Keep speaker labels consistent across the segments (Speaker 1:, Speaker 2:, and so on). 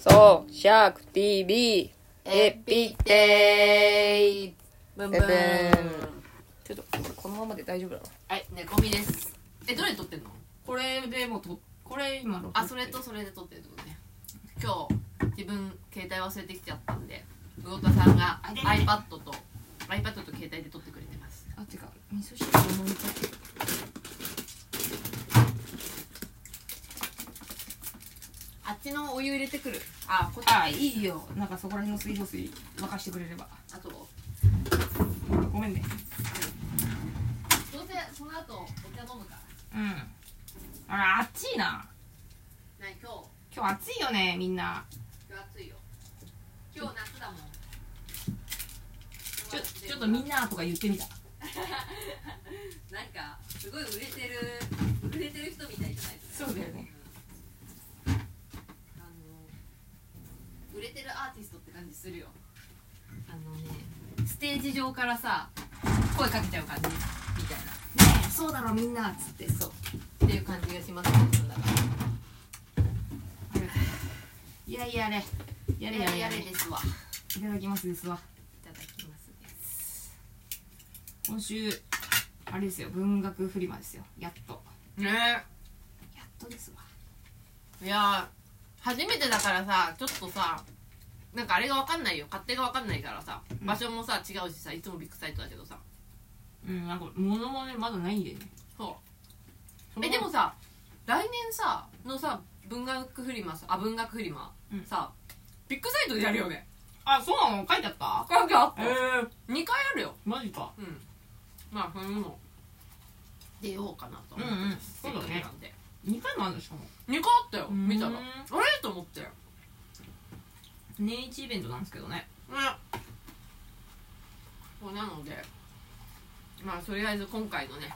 Speaker 1: そう、シャーク TV、エピ
Speaker 2: テイブンブン
Speaker 1: ブンちょっと、このままで大丈夫なの
Speaker 2: はい寝込みですえどれで撮ってんのこれでもうとこれ今のあそれとそれで撮ってるってことね今日自分携帯忘れてきちゃったんで魚田さんが iPad と iPad と携帯で撮ってくれてます
Speaker 1: あ、てか、味噌汁を飲みたい。
Speaker 2: あっちのお湯入れてくるあこっち
Speaker 1: あ、いいよ。なんかそこら辺の水道水沸かしてくれれば。
Speaker 2: あとど
Speaker 1: ごめんね。
Speaker 2: うせその後お茶飲むから
Speaker 1: うん。あら、暑いな。
Speaker 2: 何今日
Speaker 1: 今日暑いよね、みんな。
Speaker 2: 今日暑いよ今日夏だもん
Speaker 1: ちょ、ちょっとみんなとか言ってみた。
Speaker 2: なんかすごい売れてる売れてる人みたいじゃないですか
Speaker 1: そうだよね。
Speaker 2: あの売れてるアーティストって感じするよあのねステージ上からさ声かけちゃう感じみたいな
Speaker 1: ねえ、そうだろ、みんな。つって、そう。
Speaker 2: っていう感じがしますねだから
Speaker 1: いやいやれ。やれやれやれ。い
Speaker 2: ですわ
Speaker 1: ただきますですわ。
Speaker 2: いただきますです
Speaker 1: 今週、あれですよ、文学フリマですよ。やっと。
Speaker 2: ね
Speaker 1: やっとですわ。
Speaker 2: いやー初めてだからさちょっとさなんかあれが分かんないよ勝手が分かんないからさ
Speaker 1: ん
Speaker 2: 場所もさ違うしさいつもビッグサイトだけどさ
Speaker 1: うん、なんか、物もね、まだないんだよね。
Speaker 2: そう
Speaker 1: その
Speaker 2: えでもさ来年さのさ文学フリマさあ文学フリマ、
Speaker 1: うん
Speaker 2: さビッグサイトでやるよね
Speaker 1: あ、そうなの書いてあった
Speaker 2: 関係あっ
Speaker 1: え
Speaker 2: た
Speaker 1: ー、
Speaker 2: 2回あるよ
Speaker 1: マジか。
Speaker 2: うんまあそういうの出ようかなと思って
Speaker 1: うんうん
Speaker 2: せっかく
Speaker 1: そうだね
Speaker 2: なんで
Speaker 1: 2回もあるのしかも。
Speaker 2: 2回あったよ
Speaker 1: うん
Speaker 2: 見たらあれと思ってね
Speaker 1: 年一イベントなんですけどね。
Speaker 2: そうなのでまあとりあえず今回のね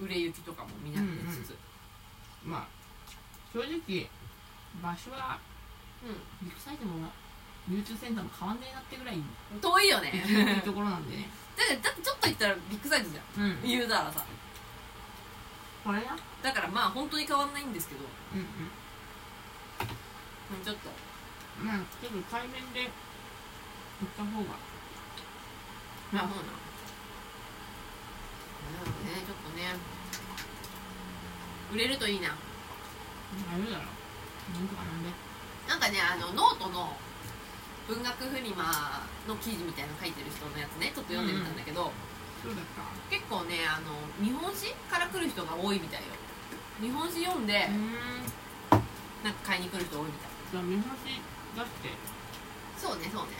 Speaker 2: 売れ行きとかも見ながらつつ
Speaker 1: まあ、正直、場所は、
Speaker 2: う
Speaker 1: ビッグサイトも、流通センターも変わんねえなってぐらい、
Speaker 2: ん、遠いよね
Speaker 1: いいところなんでね。
Speaker 2: だってだってちょっと行ったらビッグサイトじゃん
Speaker 1: うん
Speaker 2: 言うたらさ
Speaker 1: これな。
Speaker 2: だからまあ本当に変わんないんですけど
Speaker 1: うん
Speaker 2: うんちょっと
Speaker 1: うん。まあ、ちょっと対面で、行った方が。
Speaker 2: まあそうななるほどねちょっとね売れるといい
Speaker 1: あ
Speaker 2: な
Speaker 1: れだろ。なんとかなんで。
Speaker 2: なんかねあのノートの文学フリマの記事みたいなの書いてる人のやつねちょっと読んでみたんだけど、
Speaker 1: そうだった。
Speaker 2: 結構ねあの日本史から来る人が多いみたいよ日本史読んで
Speaker 1: うーん。
Speaker 2: なんか買いに来る人多いみたい
Speaker 1: じゃあ、見晴らし出して、
Speaker 2: そうねそうね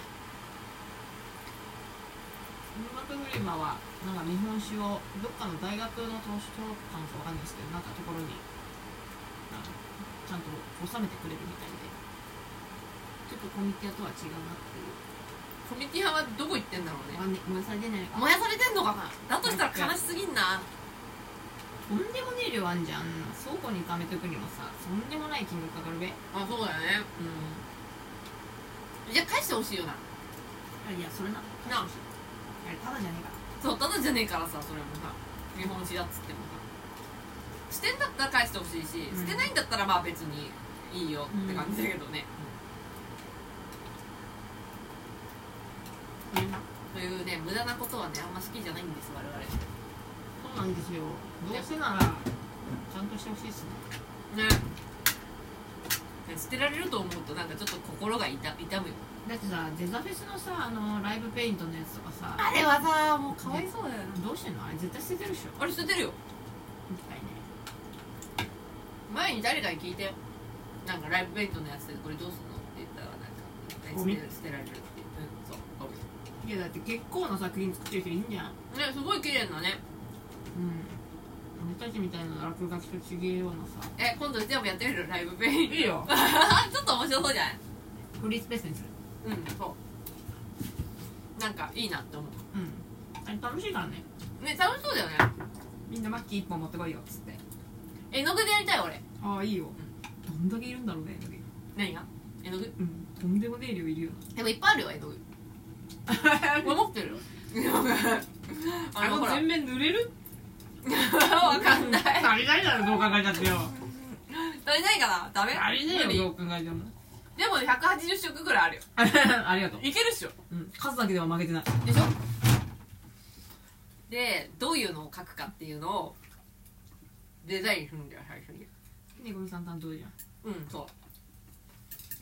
Speaker 1: 文学フリマはなんか日本史をどっかの大学の図書館かわかんないですけどなんかところにあのちゃんと収めてくれるみたいでちょっとコミティアとは違うなっていう
Speaker 2: コミュニティ派はどこ行ってんだろう
Speaker 1: あ
Speaker 2: ね
Speaker 1: ね燃やされてないのか
Speaker 2: 燃やされてんのかなだとしたら悲しすぎんな
Speaker 1: とんでもねえ量あんじゃん倉庫に貯めとくにもさとんでもない金額かかるべうん
Speaker 2: あそうだよねじゃあ返してほしいよな
Speaker 1: あいやそれな
Speaker 2: な
Speaker 1: あれただじゃねえから
Speaker 2: そうただじゃねえからさそれもさ日本史だっつってもさしてんだったら返してほしいし、
Speaker 1: うん
Speaker 2: してないんだったらまあ別にいいよって感じだけどね、
Speaker 1: これな
Speaker 2: というね無駄なことはねあんま好きじゃないんです我々ね
Speaker 1: そうなんですよどうせならちゃんとしてほしいっすね
Speaker 2: ね捨てられると思うとなんかちょっと心が痛痛むよ
Speaker 1: だってさデザフェスのさあのライブペイントのやつとかさ
Speaker 2: あれはさもうかわいそうだよね
Speaker 1: どうしてんのあれ絶対捨ててるでしょ
Speaker 2: あれ捨ててるよ
Speaker 1: みたいね
Speaker 2: 前に誰かに聞いてなんかライブベントのやつでこれどうすんのって言ったらなんか
Speaker 1: ゴミ
Speaker 2: 捨てられるって言ってうんそうゴミ
Speaker 1: いやだって結構な作品作ってる人いるんじゃん
Speaker 2: ねすごい綺麗なね
Speaker 1: うん俺たちみたいな落書きと違えようなさ
Speaker 2: え今度全部やってみるライブペイン
Speaker 1: いいよ
Speaker 2: ちょっと面白そうじゃない
Speaker 1: フリースペースにする
Speaker 2: うんそうなんかいいなって思
Speaker 1: うんあれ楽しいからね
Speaker 2: うね楽しそうだよね
Speaker 1: みんなマッキー1本持ってこいよっつって
Speaker 2: 絵の具でやりたい俺
Speaker 1: ああいいよどんだけいるんだろうね絵の具
Speaker 2: 何が絵の具
Speaker 1: うんとんでもねえ量い るよ
Speaker 2: でもいっぱいあるよ絵の具俺持ってるよ あのほらわ
Speaker 1: 面濡れる
Speaker 2: かんない
Speaker 1: 足りないだろどう考えたってよ
Speaker 2: 足りないかなダメ
Speaker 1: 足りねえ
Speaker 2: 無 理
Speaker 1: よどう考えても
Speaker 2: でもね180色ぐらいあるよ
Speaker 1: ありがとう、
Speaker 2: いけるっしょ
Speaker 1: うん、数だけでは負けてない
Speaker 2: でしょでどういうのを書くかっていうのをデザインするんだよ最初に
Speaker 1: ねこみさん担当じゃん
Speaker 2: うんそう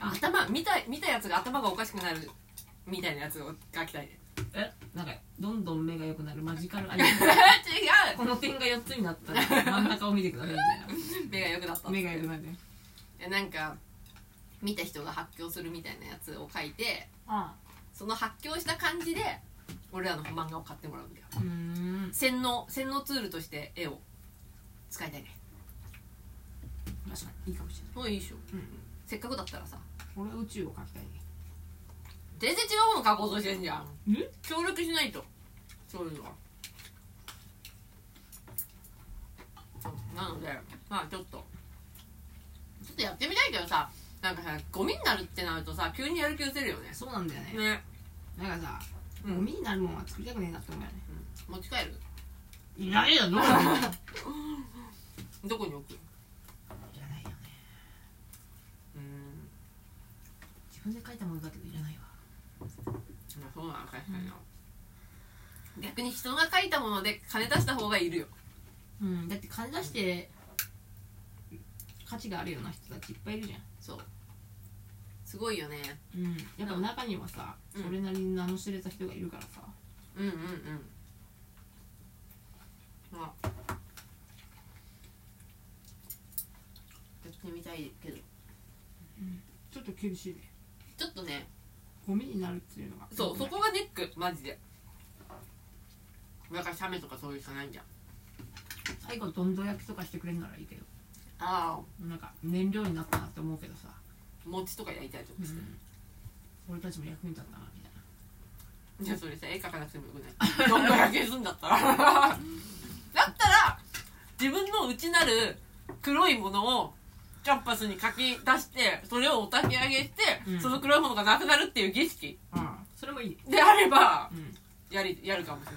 Speaker 2: 頭見た見たやつが頭がおかしくなるみたいなやつを書きたい ね
Speaker 1: えなんかどんどん目が良くなるマジカルアニメ
Speaker 2: 違
Speaker 1: この点が4つになったら真ん中を見てくださいみた
Speaker 2: う目が良くなった
Speaker 1: いな目が良くなるね
Speaker 2: えなんか見た人が発狂するみたいなやつを書いて
Speaker 1: あ
Speaker 2: その発狂した感じで俺らの漫画を買ってもらうんだよ
Speaker 1: あうーん
Speaker 2: 洗脳洗脳ツールとして絵を使いたいね
Speaker 1: 確かにいいかもしれない
Speaker 2: もういいでしょ
Speaker 1: うん
Speaker 2: せっかくだったらさ
Speaker 1: 俺は宇宙を描きたいね
Speaker 2: 全然違うもの書こうとしてんじゃん
Speaker 1: え
Speaker 2: 協力しないとそういうのはうんなのでまあちょっとちょっとやってみたいけどさなんかさゴミになるってなるとさ急にやる気失せるよね
Speaker 1: そうなんだよね
Speaker 2: ね
Speaker 1: なんかさ
Speaker 2: う
Speaker 1: ゴ
Speaker 2: ん
Speaker 1: ミになるもんは作りたくねえなって思うよね
Speaker 2: 持ち帰る
Speaker 1: いらねえだろいらないよ
Speaker 2: どこに置く
Speaker 1: ね
Speaker 2: うん
Speaker 1: 自分で描いたものだけどいらないわ
Speaker 2: まあそうなの確かにな、逆に人が書いたもので金出した方がいるよ
Speaker 1: うんだって金出して価値があるような人たちいっぱいいるじゃん
Speaker 2: そうすごいよね
Speaker 1: うん、やっぱ中にはさ、
Speaker 2: うん
Speaker 1: それなりに名の知れた人がいるからさ、
Speaker 2: うんうんうんまあやってみたいけど
Speaker 1: ちょっと厳しいね
Speaker 2: ちょっとね
Speaker 1: ゴミになるっていうのが
Speaker 2: そうそこがネックマジでだから写メとかそういうしかないんじゃん
Speaker 1: 最後どんどん焼きとかしてくれるならいいけど
Speaker 2: ああ
Speaker 1: なんか燃料になったなって思うけどさ、
Speaker 2: 餅とかやりたいとかして、
Speaker 1: 俺たちも役に立ったなみたい
Speaker 2: じゃあそれさ絵描かなくてもよく ないどんどん焼けすんだったらだったら自分の内なる黒いものをキャンパスに書き出してそれをお焚き上げして、
Speaker 1: うん
Speaker 2: その黒いものがなくなるっていう儀式
Speaker 1: な、うん、それもいいね、
Speaker 2: であれば
Speaker 1: うん、
Speaker 2: やりやるかもし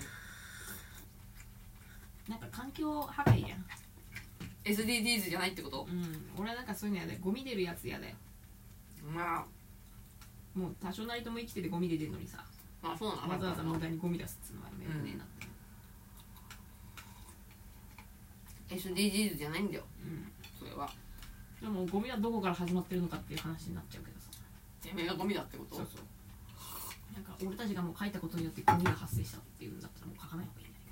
Speaker 1: なんか環境破壊やん、
Speaker 2: れない SDGs じゃないってこと
Speaker 1: うん、俺はなんかそういうのやでゴミ出るやつやで
Speaker 2: まあ
Speaker 1: もう多少なりとも生きててゴミ出てるのにさ
Speaker 2: まあそうなの
Speaker 1: わざわざ無駄にゴミ出すっつうのはねよくねえなって、
Speaker 2: SDGs じゃないんだよ
Speaker 1: うん
Speaker 2: それは
Speaker 1: でもゴミはどこから始まってるのかっていう話になっちゃうけどさ
Speaker 2: てめえがゴミだってこ
Speaker 1: そ
Speaker 2: と
Speaker 1: うそうなんか俺たちがもう書いたことによってゴミが発生したっていうんだったらもう書かない方がいいんじ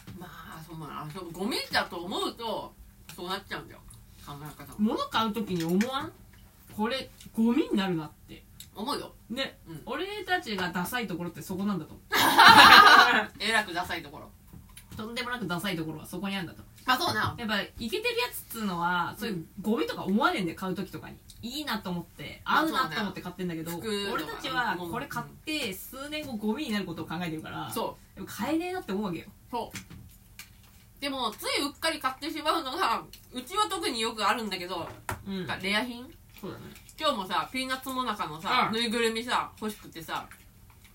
Speaker 1: ゃ
Speaker 2: まあそうなのあそうゴミだと思うとそうなっちゃうんだよ考え方も
Speaker 1: ないかな物買う時に思わんこれゴミになるなって
Speaker 2: 思う よ
Speaker 1: ね、
Speaker 2: うん
Speaker 1: 俺たちがダサいところってそこなんだと思
Speaker 2: えらくダサいところ
Speaker 1: うとんでもなくダサいところはそこにあるんだと
Speaker 2: あそうな
Speaker 1: やっぱイケてるやつっつうのはそういうゴミとか思わねえんで買う時とかにいいなと思って合うなと思って買ってんだけど
Speaker 2: まあそうね服
Speaker 1: 俺
Speaker 2: とか
Speaker 1: たちはこれ買って数年後ゴミになることを考えてるから
Speaker 2: そう
Speaker 1: やっぱ買えねえなって思うわけよ
Speaker 2: そうでもついうっかり買ってしまうのがうちは特によくあるんだけど
Speaker 1: うん
Speaker 2: なんかレア品
Speaker 1: そうだね
Speaker 2: 今日もさピーナッツモナカのさ、
Speaker 1: うん
Speaker 2: ぬいぐるみさ欲しくてさ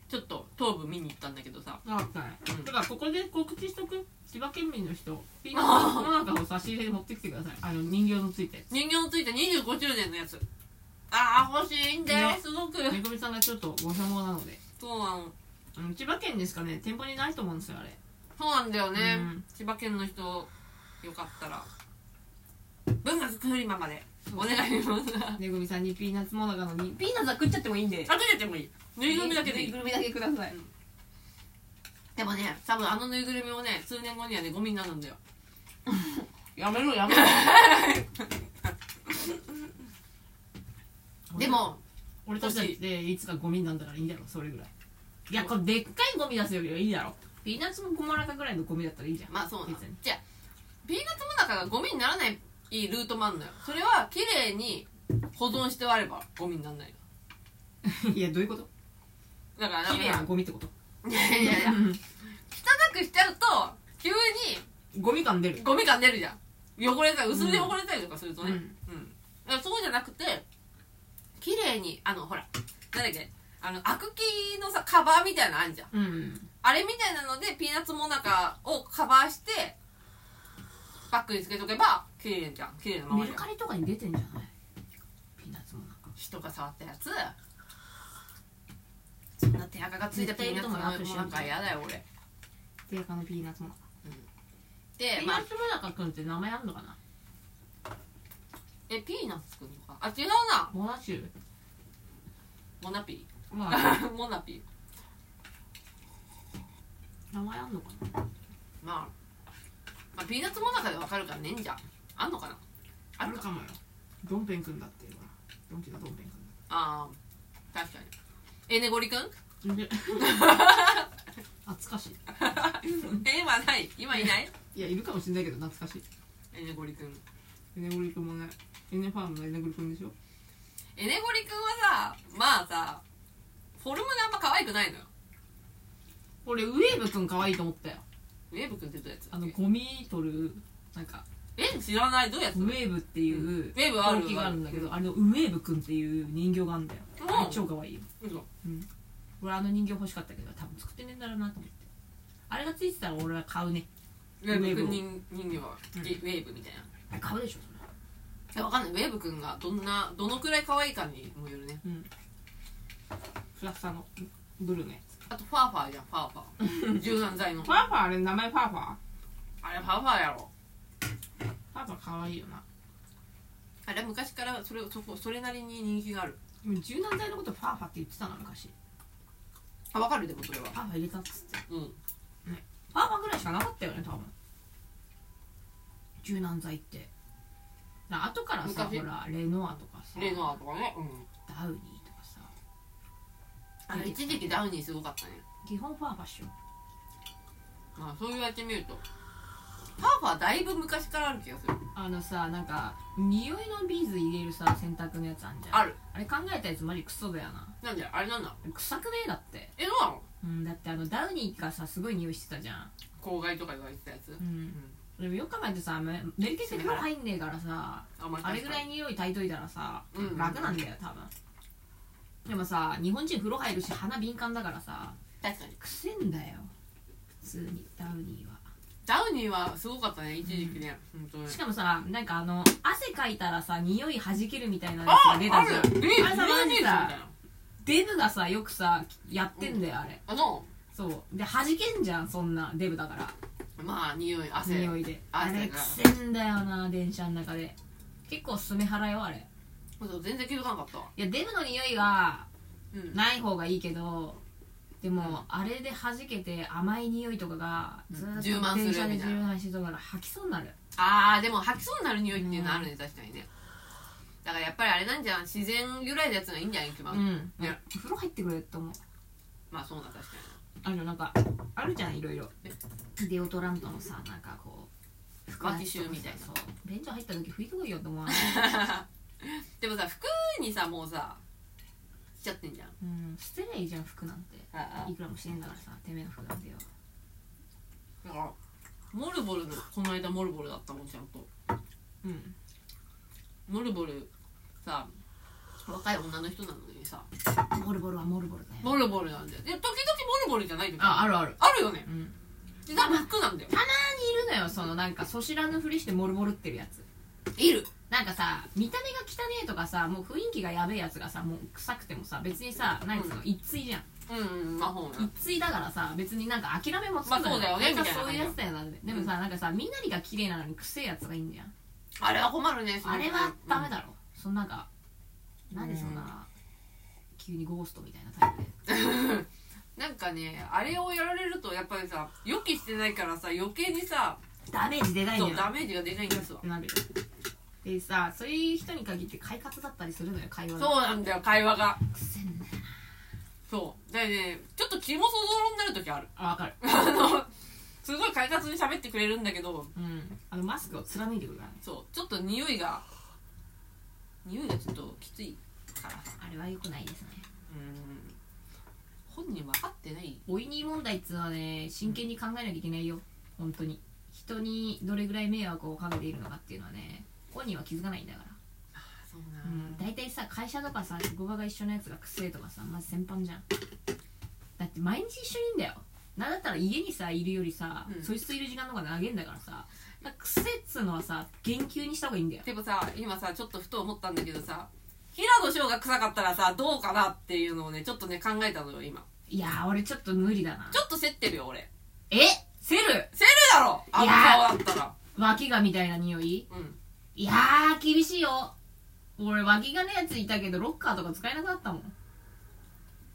Speaker 2: ちょっと頭部見に行ったんだけどさ
Speaker 1: なかったね、
Speaker 2: うん
Speaker 1: だからここで告知しとく千葉県民の人ピーナッツの中を差し入れで持ってきてくださいあの人形のつい て
Speaker 2: 人形のついた25周年のやつああ欲しいんだよ、
Speaker 1: ね
Speaker 2: すごく
Speaker 1: めぐみさんがちょっとご所望なので
Speaker 2: そうなの
Speaker 1: あの千葉県ですかね店舗にないと思うんですよあれ
Speaker 2: そうなんだよね、
Speaker 1: うん
Speaker 2: 千葉県の人よかったら文学フリマまでお願いします
Speaker 1: めぐみさんにピーナッツもなかのにピーナッツは食っちゃってもいいんで
Speaker 2: あくれてもいいぬいぐるみだけで
Speaker 1: ぬ
Speaker 2: いい
Speaker 1: いぐるみだけください
Speaker 2: でもね多分あのぬいぐるみもね数年後にはねゴミになるんだよやめろや めろでも
Speaker 1: 俺たちだっていつかゴミなんだからいいんだろそれぐらいいやこれでっかいゴミ出すよりはいいだろピーナッツも小らかぐらいのゴミだったらいいじゃん
Speaker 2: まあそうなの
Speaker 1: 別に
Speaker 2: じゃあピーナッツもなかがゴミにならないいいルートもあるのよそれは綺麗に保存してあればゴミにならないよ
Speaker 1: いやどういうこと
Speaker 2: だから
Speaker 1: 綺麗なゴミってこと
Speaker 2: いやいやいや汚くしちゃうと急に
Speaker 1: ゴミ感出る
Speaker 2: ゴミ感出るじゃん汚れたり薄で汚れたりとかするとね、
Speaker 1: う
Speaker 2: うんんだからそうじゃなくて綺麗にあのほらなんだっけあのアクキのさカバーみたいなのあるじゃん
Speaker 1: うん
Speaker 2: あれみたいなのでピーナッツモナカをカバーしてバッグにつけとけば綺麗じゃん綺麗なまま
Speaker 1: メ
Speaker 2: じ
Speaker 1: ル
Speaker 2: ゃん
Speaker 1: カリとかに出てんじゃないピーナッツもなんか
Speaker 2: 知人が触ったやつそんな手垢がついたピーナッツも
Speaker 1: 絶対いると思うよ
Speaker 2: なんか嫌だよ俺
Speaker 1: 手垢のピーナッツもなか
Speaker 2: で
Speaker 1: ピー
Speaker 2: ま
Speaker 1: ナ
Speaker 2: あ
Speaker 1: ッツもなかくんって名前あんのかな
Speaker 2: えピーナッツくんのかあ違うな
Speaker 1: ボナチュ
Speaker 2: モナピ
Speaker 1: ーまあ
Speaker 2: ー モナピー
Speaker 1: 名前あんのかな
Speaker 2: まあ、まあ、ピーナッツモナカでわかるからねえんじゃんあんのかなあるか
Speaker 1: もよドンペンくんだっていうからドンキのドンペンくんだ
Speaker 2: ああ確かにえねごりくん
Speaker 1: で 懐かしい
Speaker 2: え今ない今いない
Speaker 1: いやいるかもしれないけど懐かしい
Speaker 2: えねごりくん
Speaker 1: エネゴリくんもねエネファームのエネゴリくんでしょ
Speaker 2: えねごりくんはさまあさフォルムがあんま可愛くないのよ
Speaker 1: 俺ウェーブくん可愛いと思ったよ
Speaker 2: ウェーブくんってどうやつ
Speaker 1: あのゴミ取るなんか
Speaker 2: え知らないどうやつ
Speaker 1: ウェーブっていう、
Speaker 2: ウェーブある
Speaker 1: 陶器があるんだけどあれのウェーブくんっていう人形があるんだよ、
Speaker 2: うん
Speaker 1: 超可愛いよ
Speaker 2: 嘘
Speaker 1: 俺あの人形欲しかったけど多分作ってねえんだろうなと思ってあれがついてたら俺は買うね
Speaker 2: ウェーブくん人人形は、ウェーブみたいな
Speaker 1: 買うでしょ
Speaker 2: いやわかんないウェーブくんがどんなどのくらい可愛いかにもよるね
Speaker 1: それうんふらふさのブルーね
Speaker 2: あとファーファーじゃんファーファ ー柔軟剤の
Speaker 1: ファーファーあれ名前ファーファー
Speaker 2: あれファーファーやろ
Speaker 1: ファーファー可愛いよな
Speaker 2: あれ昔からそれそこそれなりに人気がある
Speaker 1: でも柔軟剤のことファーファーって言ってたな昔
Speaker 2: あわかるでもそれは
Speaker 1: ファーファー入れたっつって
Speaker 2: うん
Speaker 1: ファーファーぐらいしかなかったよね多分柔軟剤ってな後からさほ
Speaker 2: 昔
Speaker 1: らレノアとかさ
Speaker 2: レノアとかねうん
Speaker 1: ダウニーとかさ
Speaker 2: あれ一時期ダウニーすごかったね
Speaker 1: 基本ファーファーっしよ
Speaker 2: まあそう言われてみるとファーファーだいぶ昔からある気がする
Speaker 1: あのさなんか匂いのビーズ入れるさ洗濯のやつあんじゃん
Speaker 2: ある
Speaker 1: あれ考えたやつマジクソだよな
Speaker 2: なんであれなんだ
Speaker 1: 臭くねえだって
Speaker 2: えどうなの
Speaker 1: うんだってあのダウニーがさすごい匂いしてたじゃん
Speaker 2: 公害とか言われてたやつ、う
Speaker 1: うんんでもよく考えてさメメルケセル入んねえからさ
Speaker 2: あまり
Speaker 1: あれぐらい匂い炊いといたらさ、
Speaker 2: うん
Speaker 1: 楽なんだよ多分でもさ日本人風呂入るし鼻敏感だからさ
Speaker 2: 確かに
Speaker 1: くせんだよ普通にダウニーは
Speaker 2: ダウニーはすごかったね一時期ね、本当に
Speaker 1: しかもさなんかあの汗かいたらさ匂い弾けるみたいなや
Speaker 2: あ
Speaker 1: つが
Speaker 2: あ
Speaker 1: 出
Speaker 2: る
Speaker 1: たじゃん
Speaker 2: レイ
Speaker 1: あれさマジさ
Speaker 2: レイジみたいな
Speaker 1: デブがさよくさやってんだよあれ
Speaker 2: あの
Speaker 1: そうで弾けんじゃんそんなデブだから
Speaker 2: まあ匂い汗
Speaker 1: 匂いであ
Speaker 2: 汗が
Speaker 1: れくせんだよな電車の中で結構スメ払いよあれ
Speaker 2: そう全然気づかなかったわ
Speaker 1: いやデブの匂いが
Speaker 2: うん
Speaker 1: ない方がいいけどでもあれで弾けて甘い匂いとかがずーっと
Speaker 2: 充満する
Speaker 1: 電車で
Speaker 2: みたいな
Speaker 1: 充満してたから吐きそうになる
Speaker 2: ああでも吐きそうになる匂いっていうのあるね、確かにねだからやっぱりあれなんじゃん自然由来のやつがいいんじゃん一
Speaker 1: う
Speaker 2: 番、
Speaker 1: ん
Speaker 2: いや
Speaker 1: 風呂入ってくれって思う
Speaker 2: まあそうな確か
Speaker 1: あのなんかあるじゃんいろいろ
Speaker 2: え
Speaker 1: デオドラントのさなんかこう拭くやつとかさ
Speaker 2: 脇臭みたいな
Speaker 1: そう便所入った時拭いてこいよって思わない
Speaker 2: にでもさ服にさもうさしちゃってんじゃん
Speaker 1: うん捨てりゃいいじゃん服なんていくらもしてんだからさてめえの服なんてよ
Speaker 2: だからモルボルのこの間モルボルだったもんちゃんと
Speaker 1: うん
Speaker 2: モルボルさ若い女の人なのにさ
Speaker 1: ボルボルはモルボルだよ
Speaker 2: モルボルなんだよで時々モルボルじゃない時
Speaker 1: ああるある
Speaker 2: あるよね
Speaker 1: うん
Speaker 2: で多分服なんだよ
Speaker 1: いるのよそのなんかそしらぬふりしてモルボルってるやつ
Speaker 2: いる
Speaker 1: なんかさ見た目が汚ねえとかさもう雰囲気がやべえやつがさもう臭くてもさ別にさなんつうの一対じゃん
Speaker 2: うんうんまあほうな
Speaker 1: 一対だからさ別になんか諦めもつかない
Speaker 2: まあそうだよね
Speaker 1: なんか
Speaker 2: みたいな
Speaker 1: そういうやつだよなでもさなんかさみなりが綺麗なのに臭えやつがいいんじゃん
Speaker 2: あれは困るねすごく
Speaker 1: あれはダメだろそんなんか
Speaker 2: うん
Speaker 1: なんでそんな急にゴーストみたいなタイプで
Speaker 2: なんかねあれをやられるとやっぱりさ予期してないからさ余計にさ
Speaker 1: ダメージでかいん
Speaker 2: そ
Speaker 1: だ
Speaker 2: う
Speaker 1: よ
Speaker 2: ダメージがでかいんですわ
Speaker 1: ってなるよでさそういう人に限って快活だったりするのよ会話が
Speaker 2: そうなんだよ会話が
Speaker 1: くせえんだよ
Speaker 2: そうだからねちょっと気もそぞろになる時ある
Speaker 1: あわかる
Speaker 2: あのすごい快活に喋ってくれるんだけど
Speaker 1: うんあのマスクを貫いてくるからね
Speaker 2: そうちょっと匂いが匂いがちょっときついからさ
Speaker 1: あれは良くないですね
Speaker 2: うん本人分かってない
Speaker 1: おいに問題っつうのはね真剣に考えなきゃいけないよ本当に人にどれぐらい迷惑をかけているのかっていうのはね本人は気づかないんだから、
Speaker 2: あそうな
Speaker 1: うん、大体さ会社とかさ職場が一緒のやつがくせえとかさまず先般じゃんだって毎日一緒にいんだよなんだったら家にさいるよりさ、
Speaker 2: うん
Speaker 1: そいつといる時間の方が長えんだからさだからくせえっつうのはさ言及にした方がいいんだよ
Speaker 2: でもさ今さちょっとふと思ったんだけどさ平野紫耀が臭かったらさどうかなっていうのをねちょっとね考えたのよ今
Speaker 1: いやー俺ちょっと無理だな
Speaker 2: ちょっと競ってるよ俺
Speaker 1: えセル
Speaker 2: セルだろあの顔だったら
Speaker 1: 脇がみたいな匂い
Speaker 2: うん
Speaker 1: いやー厳しいよ俺脇がのやついたけどロッカーとか使えなくなったもん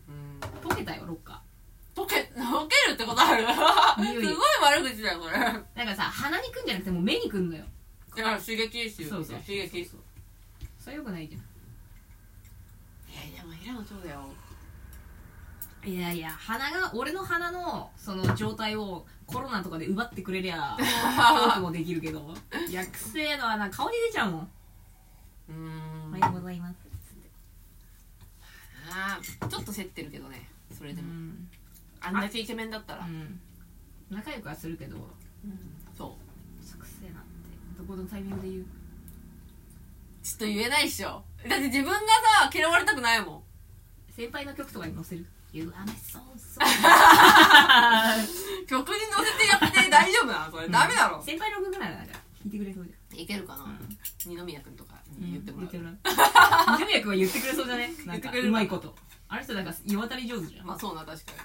Speaker 2: うん
Speaker 1: 溶けたよロッカ
Speaker 2: 溶け溶けるってことあ
Speaker 1: い
Speaker 2: るす
Speaker 1: よい
Speaker 2: ご
Speaker 1: い
Speaker 2: い
Speaker 1: よ
Speaker 2: 悪口だよこれ
Speaker 1: ーなんかさ鼻にくんじゃなくてもう目にくんのよ
Speaker 2: いや刺激臭
Speaker 1: そうそう
Speaker 2: 刺激臭
Speaker 1: それよくないじゃん
Speaker 2: いやでも平野紫耀だよ
Speaker 1: いやいや鼻が俺の鼻のその状態をコロナとかで奪ってくれり ゃトークもできるけどいやくせえのはな顔に出ちゃうもん
Speaker 2: うーん
Speaker 1: おはようございます
Speaker 2: あーちょっと競ってるけどねそれ
Speaker 1: う
Speaker 2: でも、
Speaker 1: ん、
Speaker 2: あんだけイケメンだったら、
Speaker 1: うん、仲良くはするけど
Speaker 2: そう
Speaker 1: くせえなってどこのタイミングで言う
Speaker 2: ちょっと言えないっしょだって自分がさ嫌われたくないもん
Speaker 1: 先輩の曲とかに載せる「You are my soul soul
Speaker 2: 曲に乗せてやって大丈夫なのそれ、」ダメだろ
Speaker 1: 先輩の曲ならなんか弾いてくれそうじ
Speaker 2: いけるかな、
Speaker 1: うん
Speaker 2: 二宮君とか
Speaker 1: ゃん
Speaker 2: に言ってもらう、
Speaker 1: 言ってもらう二宮君は言ってくれそうじゃ ねなん
Speaker 2: 言って
Speaker 1: か
Speaker 2: くれる
Speaker 1: うまいことあの人なんか世渡り上手じゃん
Speaker 2: まあそうな確かに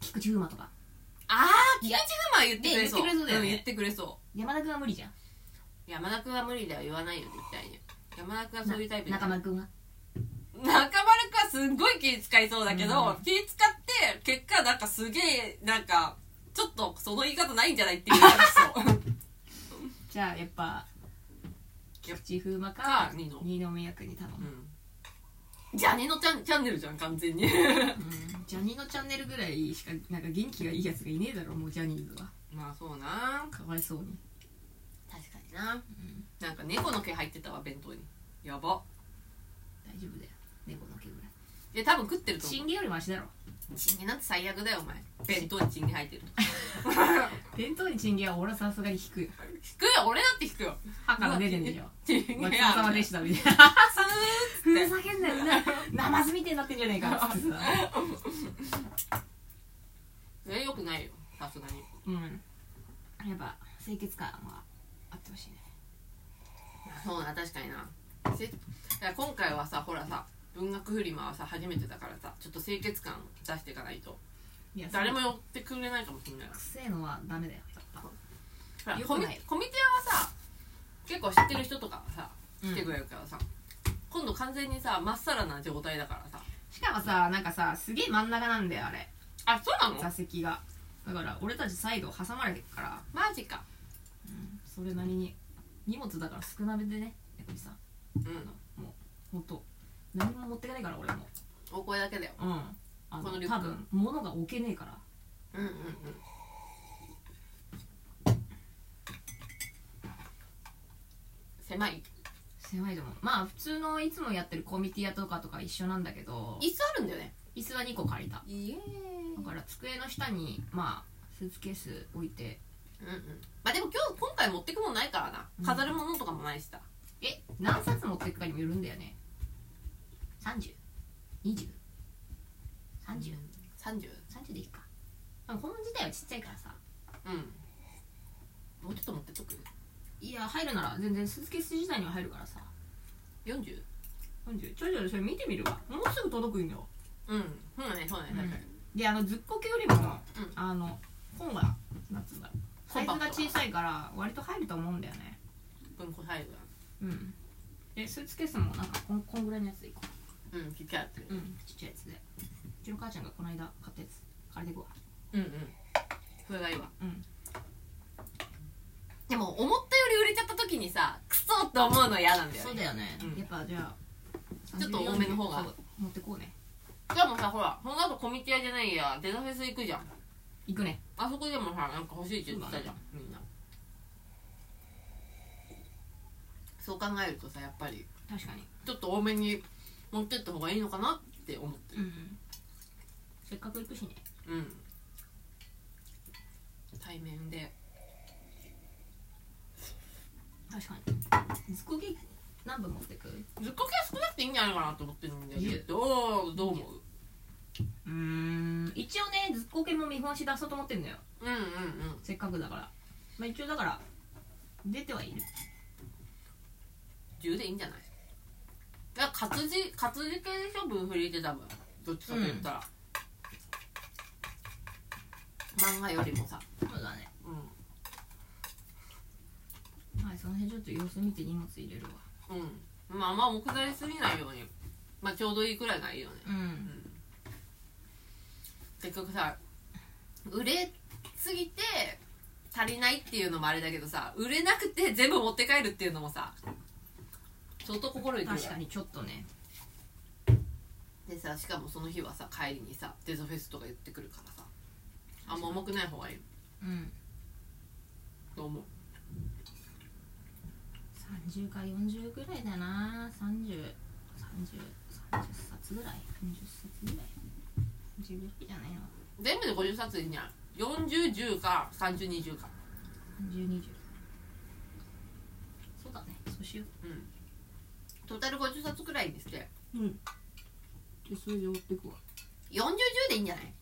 Speaker 1: 菊池風磨とか
Speaker 2: ああ菊池風磨言ってくれそ
Speaker 1: ね言っ
Speaker 2: う、
Speaker 1: てくれそうだよね
Speaker 2: ん言ってくれそう
Speaker 1: 山田君は無理じゃん
Speaker 2: 山田君は無理だよ言わないよ絶対に山田君はそういうタイプ
Speaker 1: な
Speaker 2: だ
Speaker 1: 中間君は
Speaker 2: 中丸くはすんごい気使いそうだけど、
Speaker 1: うん
Speaker 2: 気使って結果なんかすげえなんかちょっとその言い方ないんじゃないっていう感じそう
Speaker 1: じゃあやっぱ菊池風磨
Speaker 2: か
Speaker 1: か
Speaker 2: ニノ、
Speaker 1: 二宮君に頼む、
Speaker 2: うん、じゃあニノちゃんチャンネルじゃん完全に
Speaker 1: うんジャニーのチャンネルぐらいしかなんか元気がいいやつがいねえだろもうジャニーズは
Speaker 2: まあそうな
Speaker 1: かわいそうに
Speaker 2: 確かにな、なんか猫の毛入ってたわ弁当にやば
Speaker 1: 大丈夫だよ猫の毛ぐらい
Speaker 2: いや多分食ってると思
Speaker 1: チンゲよりマシだろ
Speaker 2: うチンゲなんて最悪だよお前弁当にチンゲ入ってる
Speaker 1: 弁当にチンゲは俺はさすがに引くよ
Speaker 2: 引くよ俺だって引くよ
Speaker 1: 歯から出てんでしょ
Speaker 2: チンゲ
Speaker 1: ごちそうさまでしたみたいなふざけんなよなナマズみてえになってんじゃねえ かっつってさ
Speaker 2: えよくないよさすがに
Speaker 1: うんやっぱ清潔感はあってほしいね
Speaker 2: そうな確かになせだから今回はさほらさ文学フリマはさ初めてだからさちょっと清潔感出していかないと
Speaker 1: いや
Speaker 2: 誰も
Speaker 1: く
Speaker 2: 寄ってくれないかもしれない
Speaker 1: せえのはダメだよやっぱ
Speaker 2: ほら
Speaker 1: よ
Speaker 2: コ
Speaker 1: く
Speaker 2: ミ
Speaker 1: ない
Speaker 2: コミティアはさ結構知ってる人とかはさ
Speaker 1: うん
Speaker 2: 来てくれるからさ、今度完全にさまっさらな状態だからさ
Speaker 1: しかもさなんかさすげえ真ん中なんだよあれ
Speaker 2: あそうなの
Speaker 1: 座席がだから俺たちサイド挟まれてるから
Speaker 2: マジか
Speaker 1: それなりに荷物だから少なめでねやっぱりさ
Speaker 2: うん
Speaker 1: ほんと何も持ってかないから俺も
Speaker 2: お声だけだよ
Speaker 1: うんあ
Speaker 2: この
Speaker 1: の
Speaker 2: リュッ
Speaker 1: 多
Speaker 2: ク
Speaker 1: 分物が置けねえから
Speaker 2: うんうんうん狭い
Speaker 1: 狭いと思うまあ普通のいつもやってるコミティアとかとか一緒なんだけど
Speaker 2: 椅子あるんだよね
Speaker 1: 椅子は2個借りた
Speaker 2: イエーイ
Speaker 1: だから机の下にまあスーツケース置いて
Speaker 2: うんうんまあでも今日今回持ってくもんないからな
Speaker 1: うん
Speaker 2: 飾るものとかもないしさ、
Speaker 1: え何冊持ってくかにもよるんだよね30203030
Speaker 2: 30
Speaker 1: でいいかでもこの自体はちっちゃいからさ
Speaker 2: うんもうちょっと持ってっとく
Speaker 1: いや入るなら全然スーツケース自体には入るからさ
Speaker 2: 40?
Speaker 1: 40ちょいちょいそれ見てみるわもうすぐ届くんよ
Speaker 2: うんそうだねそうだね確かに
Speaker 1: であのずっこけよりも、
Speaker 2: ん
Speaker 1: あの本がなんつうんだろうサ
Speaker 2: コン
Speaker 1: イズ
Speaker 2: パクト
Speaker 1: が小さいから割と入ると思うんだよね
Speaker 2: 文庫入るわ
Speaker 1: うんでスーツケースもなんかこんこんぐらいのやつでいこ
Speaker 2: うんちっちゃいやつ
Speaker 1: ううんちっちゃいやつでうちの母ちゃんがこの間買ったやつ借りてくわ
Speaker 2: うんうんそれがいいわ
Speaker 1: うん
Speaker 2: でも思ったより売れちゃった時にさクソって思うの嫌なんだよね
Speaker 1: そうだよね、
Speaker 2: うん
Speaker 1: やっぱじゃあ
Speaker 2: ちょっと多めの方が
Speaker 1: そう持ってこうね
Speaker 2: でもさほらその後コミティアじゃないやデザフェス行くじゃん
Speaker 1: 行くね
Speaker 2: あそこでもさなんか欲しいって言ってたじゃんみんなそう考えるとさやっぱり
Speaker 1: 確かに
Speaker 2: ちょっと多めに持ってった方がいいのかなって思ってる
Speaker 1: んせっかく行くしね
Speaker 2: うん対面で
Speaker 1: 確かにずっこけ何分持ってく
Speaker 2: ずっこけは少なくていいんじゃないかなと思ってるんだ
Speaker 1: いい
Speaker 2: け
Speaker 1: よ
Speaker 2: どどう思う
Speaker 1: うーん一応ねずっこけも見本し出そうと思ってんだよ
Speaker 2: うんうんうん
Speaker 1: せっかくだからまあ一応だから出てはいる
Speaker 2: 10でいいんじゃないいや活字活字系でしょ文振りって多分どっちかと言ったら、漫画よりもさ
Speaker 1: そうだね
Speaker 2: う
Speaker 1: はいその辺ちょっと様子見て荷物入れるわ
Speaker 2: んうんまあまあ木材すぎないようにまあちょうどいいくらいがいいよね
Speaker 1: うん
Speaker 2: 結局さ売れすぎて足りないっていうのもあれだけどさ売れなくて全部持って帰るっていうのもさ相当心痛いよ
Speaker 1: 確かにちょっとね
Speaker 2: でさしかもその日はさ帰りにさデザフェスとか言ってくるからさあんま重くない方がいい
Speaker 1: うん
Speaker 2: と思う
Speaker 1: 30か40ぐらいだな303030 30冊ぐらい40冊ぐらい30ぐらいじゃないの
Speaker 2: 全部で50冊いいんじゃん4010か3020か
Speaker 1: 3020そうだねそうしよ
Speaker 2: うんトータル50冊くらいにして
Speaker 1: ううんじゃそれで追ってくわ
Speaker 2: 4010でいいんじゃない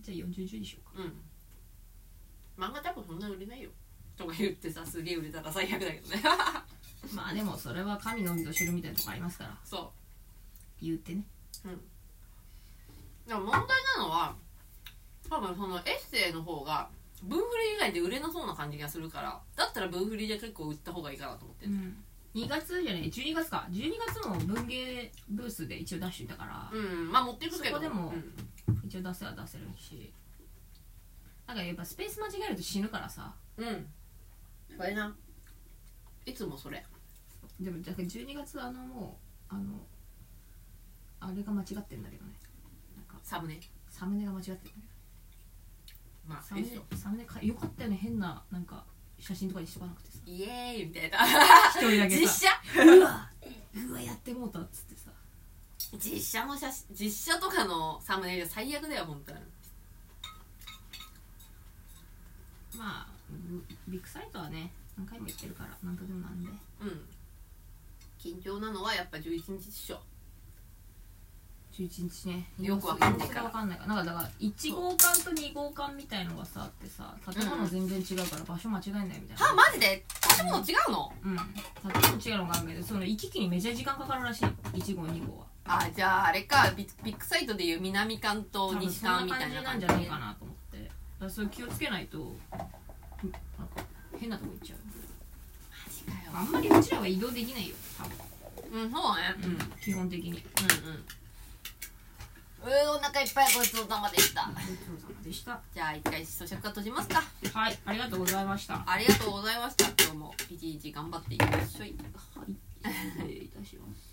Speaker 1: じゃあ4010にしようか
Speaker 2: うん漫画多分そんな売れないよとか言ってさすげえ売れたら最悪だけどね
Speaker 1: まあでもそれは神のみぞ知るみたいなとこありますから
Speaker 2: そ
Speaker 1: 言うてね
Speaker 2: うでも問題なのは多分そのエッセイの方が文振り以外で売れなそうな感じがするからだったら文振りで結構売った方がいいかなと思ってる
Speaker 1: ん2月じゃない12月か12月も文芸ブースで一応出していたから、
Speaker 2: うん、まあ持っていくけど
Speaker 1: そこでも
Speaker 2: うん
Speaker 1: 一応出せは出せるしなんかやっぱスペース間違えると死ぬからさ
Speaker 2: うんこれないつもそれ
Speaker 1: でもだから12月あのもうあのあれが間違ってんだけどねなんか
Speaker 2: サムネ
Speaker 1: サムネが間違ってんだけど
Speaker 2: まあ
Speaker 1: サム
Speaker 2: いいっすよ
Speaker 1: ネサムネかよかったよね変ななんか写真とかにしとかなくてさ
Speaker 2: イエーイみたいな
Speaker 1: 一人だけ
Speaker 2: 実
Speaker 1: さ
Speaker 2: 写
Speaker 1: うわうわやってもうたっつってさ
Speaker 2: 実写の写真実写とかのサムネイル最悪だよ本当に
Speaker 1: まあうんビッグサイトはね何回も言ってるから何とでもなんで
Speaker 2: うん緊張なのはやっぱ11日でしょ
Speaker 1: 11日ね
Speaker 2: よくわかんないか
Speaker 1: 様子が
Speaker 2: ら
Speaker 1: わかんないからなんかだから1号館と2号館みたいのがさあってさ建物全然違うから場所間違えないみたいな
Speaker 2: はマジで建物違うの
Speaker 1: うん建物違うのがあるんだけどその行き来にめちゃ時間かかるらしい1号2号は
Speaker 2: あじゃああれかビビッグサイトでいう南館
Speaker 1: 多
Speaker 2: と
Speaker 1: 分
Speaker 2: 西
Speaker 1: そんな
Speaker 2: 館みた
Speaker 1: 感
Speaker 2: い
Speaker 1: じ
Speaker 2: な
Speaker 1: な
Speaker 2: 感
Speaker 1: ん
Speaker 2: じ
Speaker 1: じゃないかなと思ってだからそれ気をつけないとうんなんか変なとこ行っちゃう
Speaker 2: マジか
Speaker 1: あんまりうちらは移動できないよ多分、
Speaker 2: ようんそうねうんうんうん
Speaker 1: 基本的に
Speaker 2: うーお腹いっぱいごちそうさまでした
Speaker 1: ごちそうさまでした
Speaker 2: じゃあ一回咀嚼が閉じますか
Speaker 1: はいありがとうございました
Speaker 2: ありがとうございました今日も一日頑張っていきましょう
Speaker 1: はい、失礼いたします。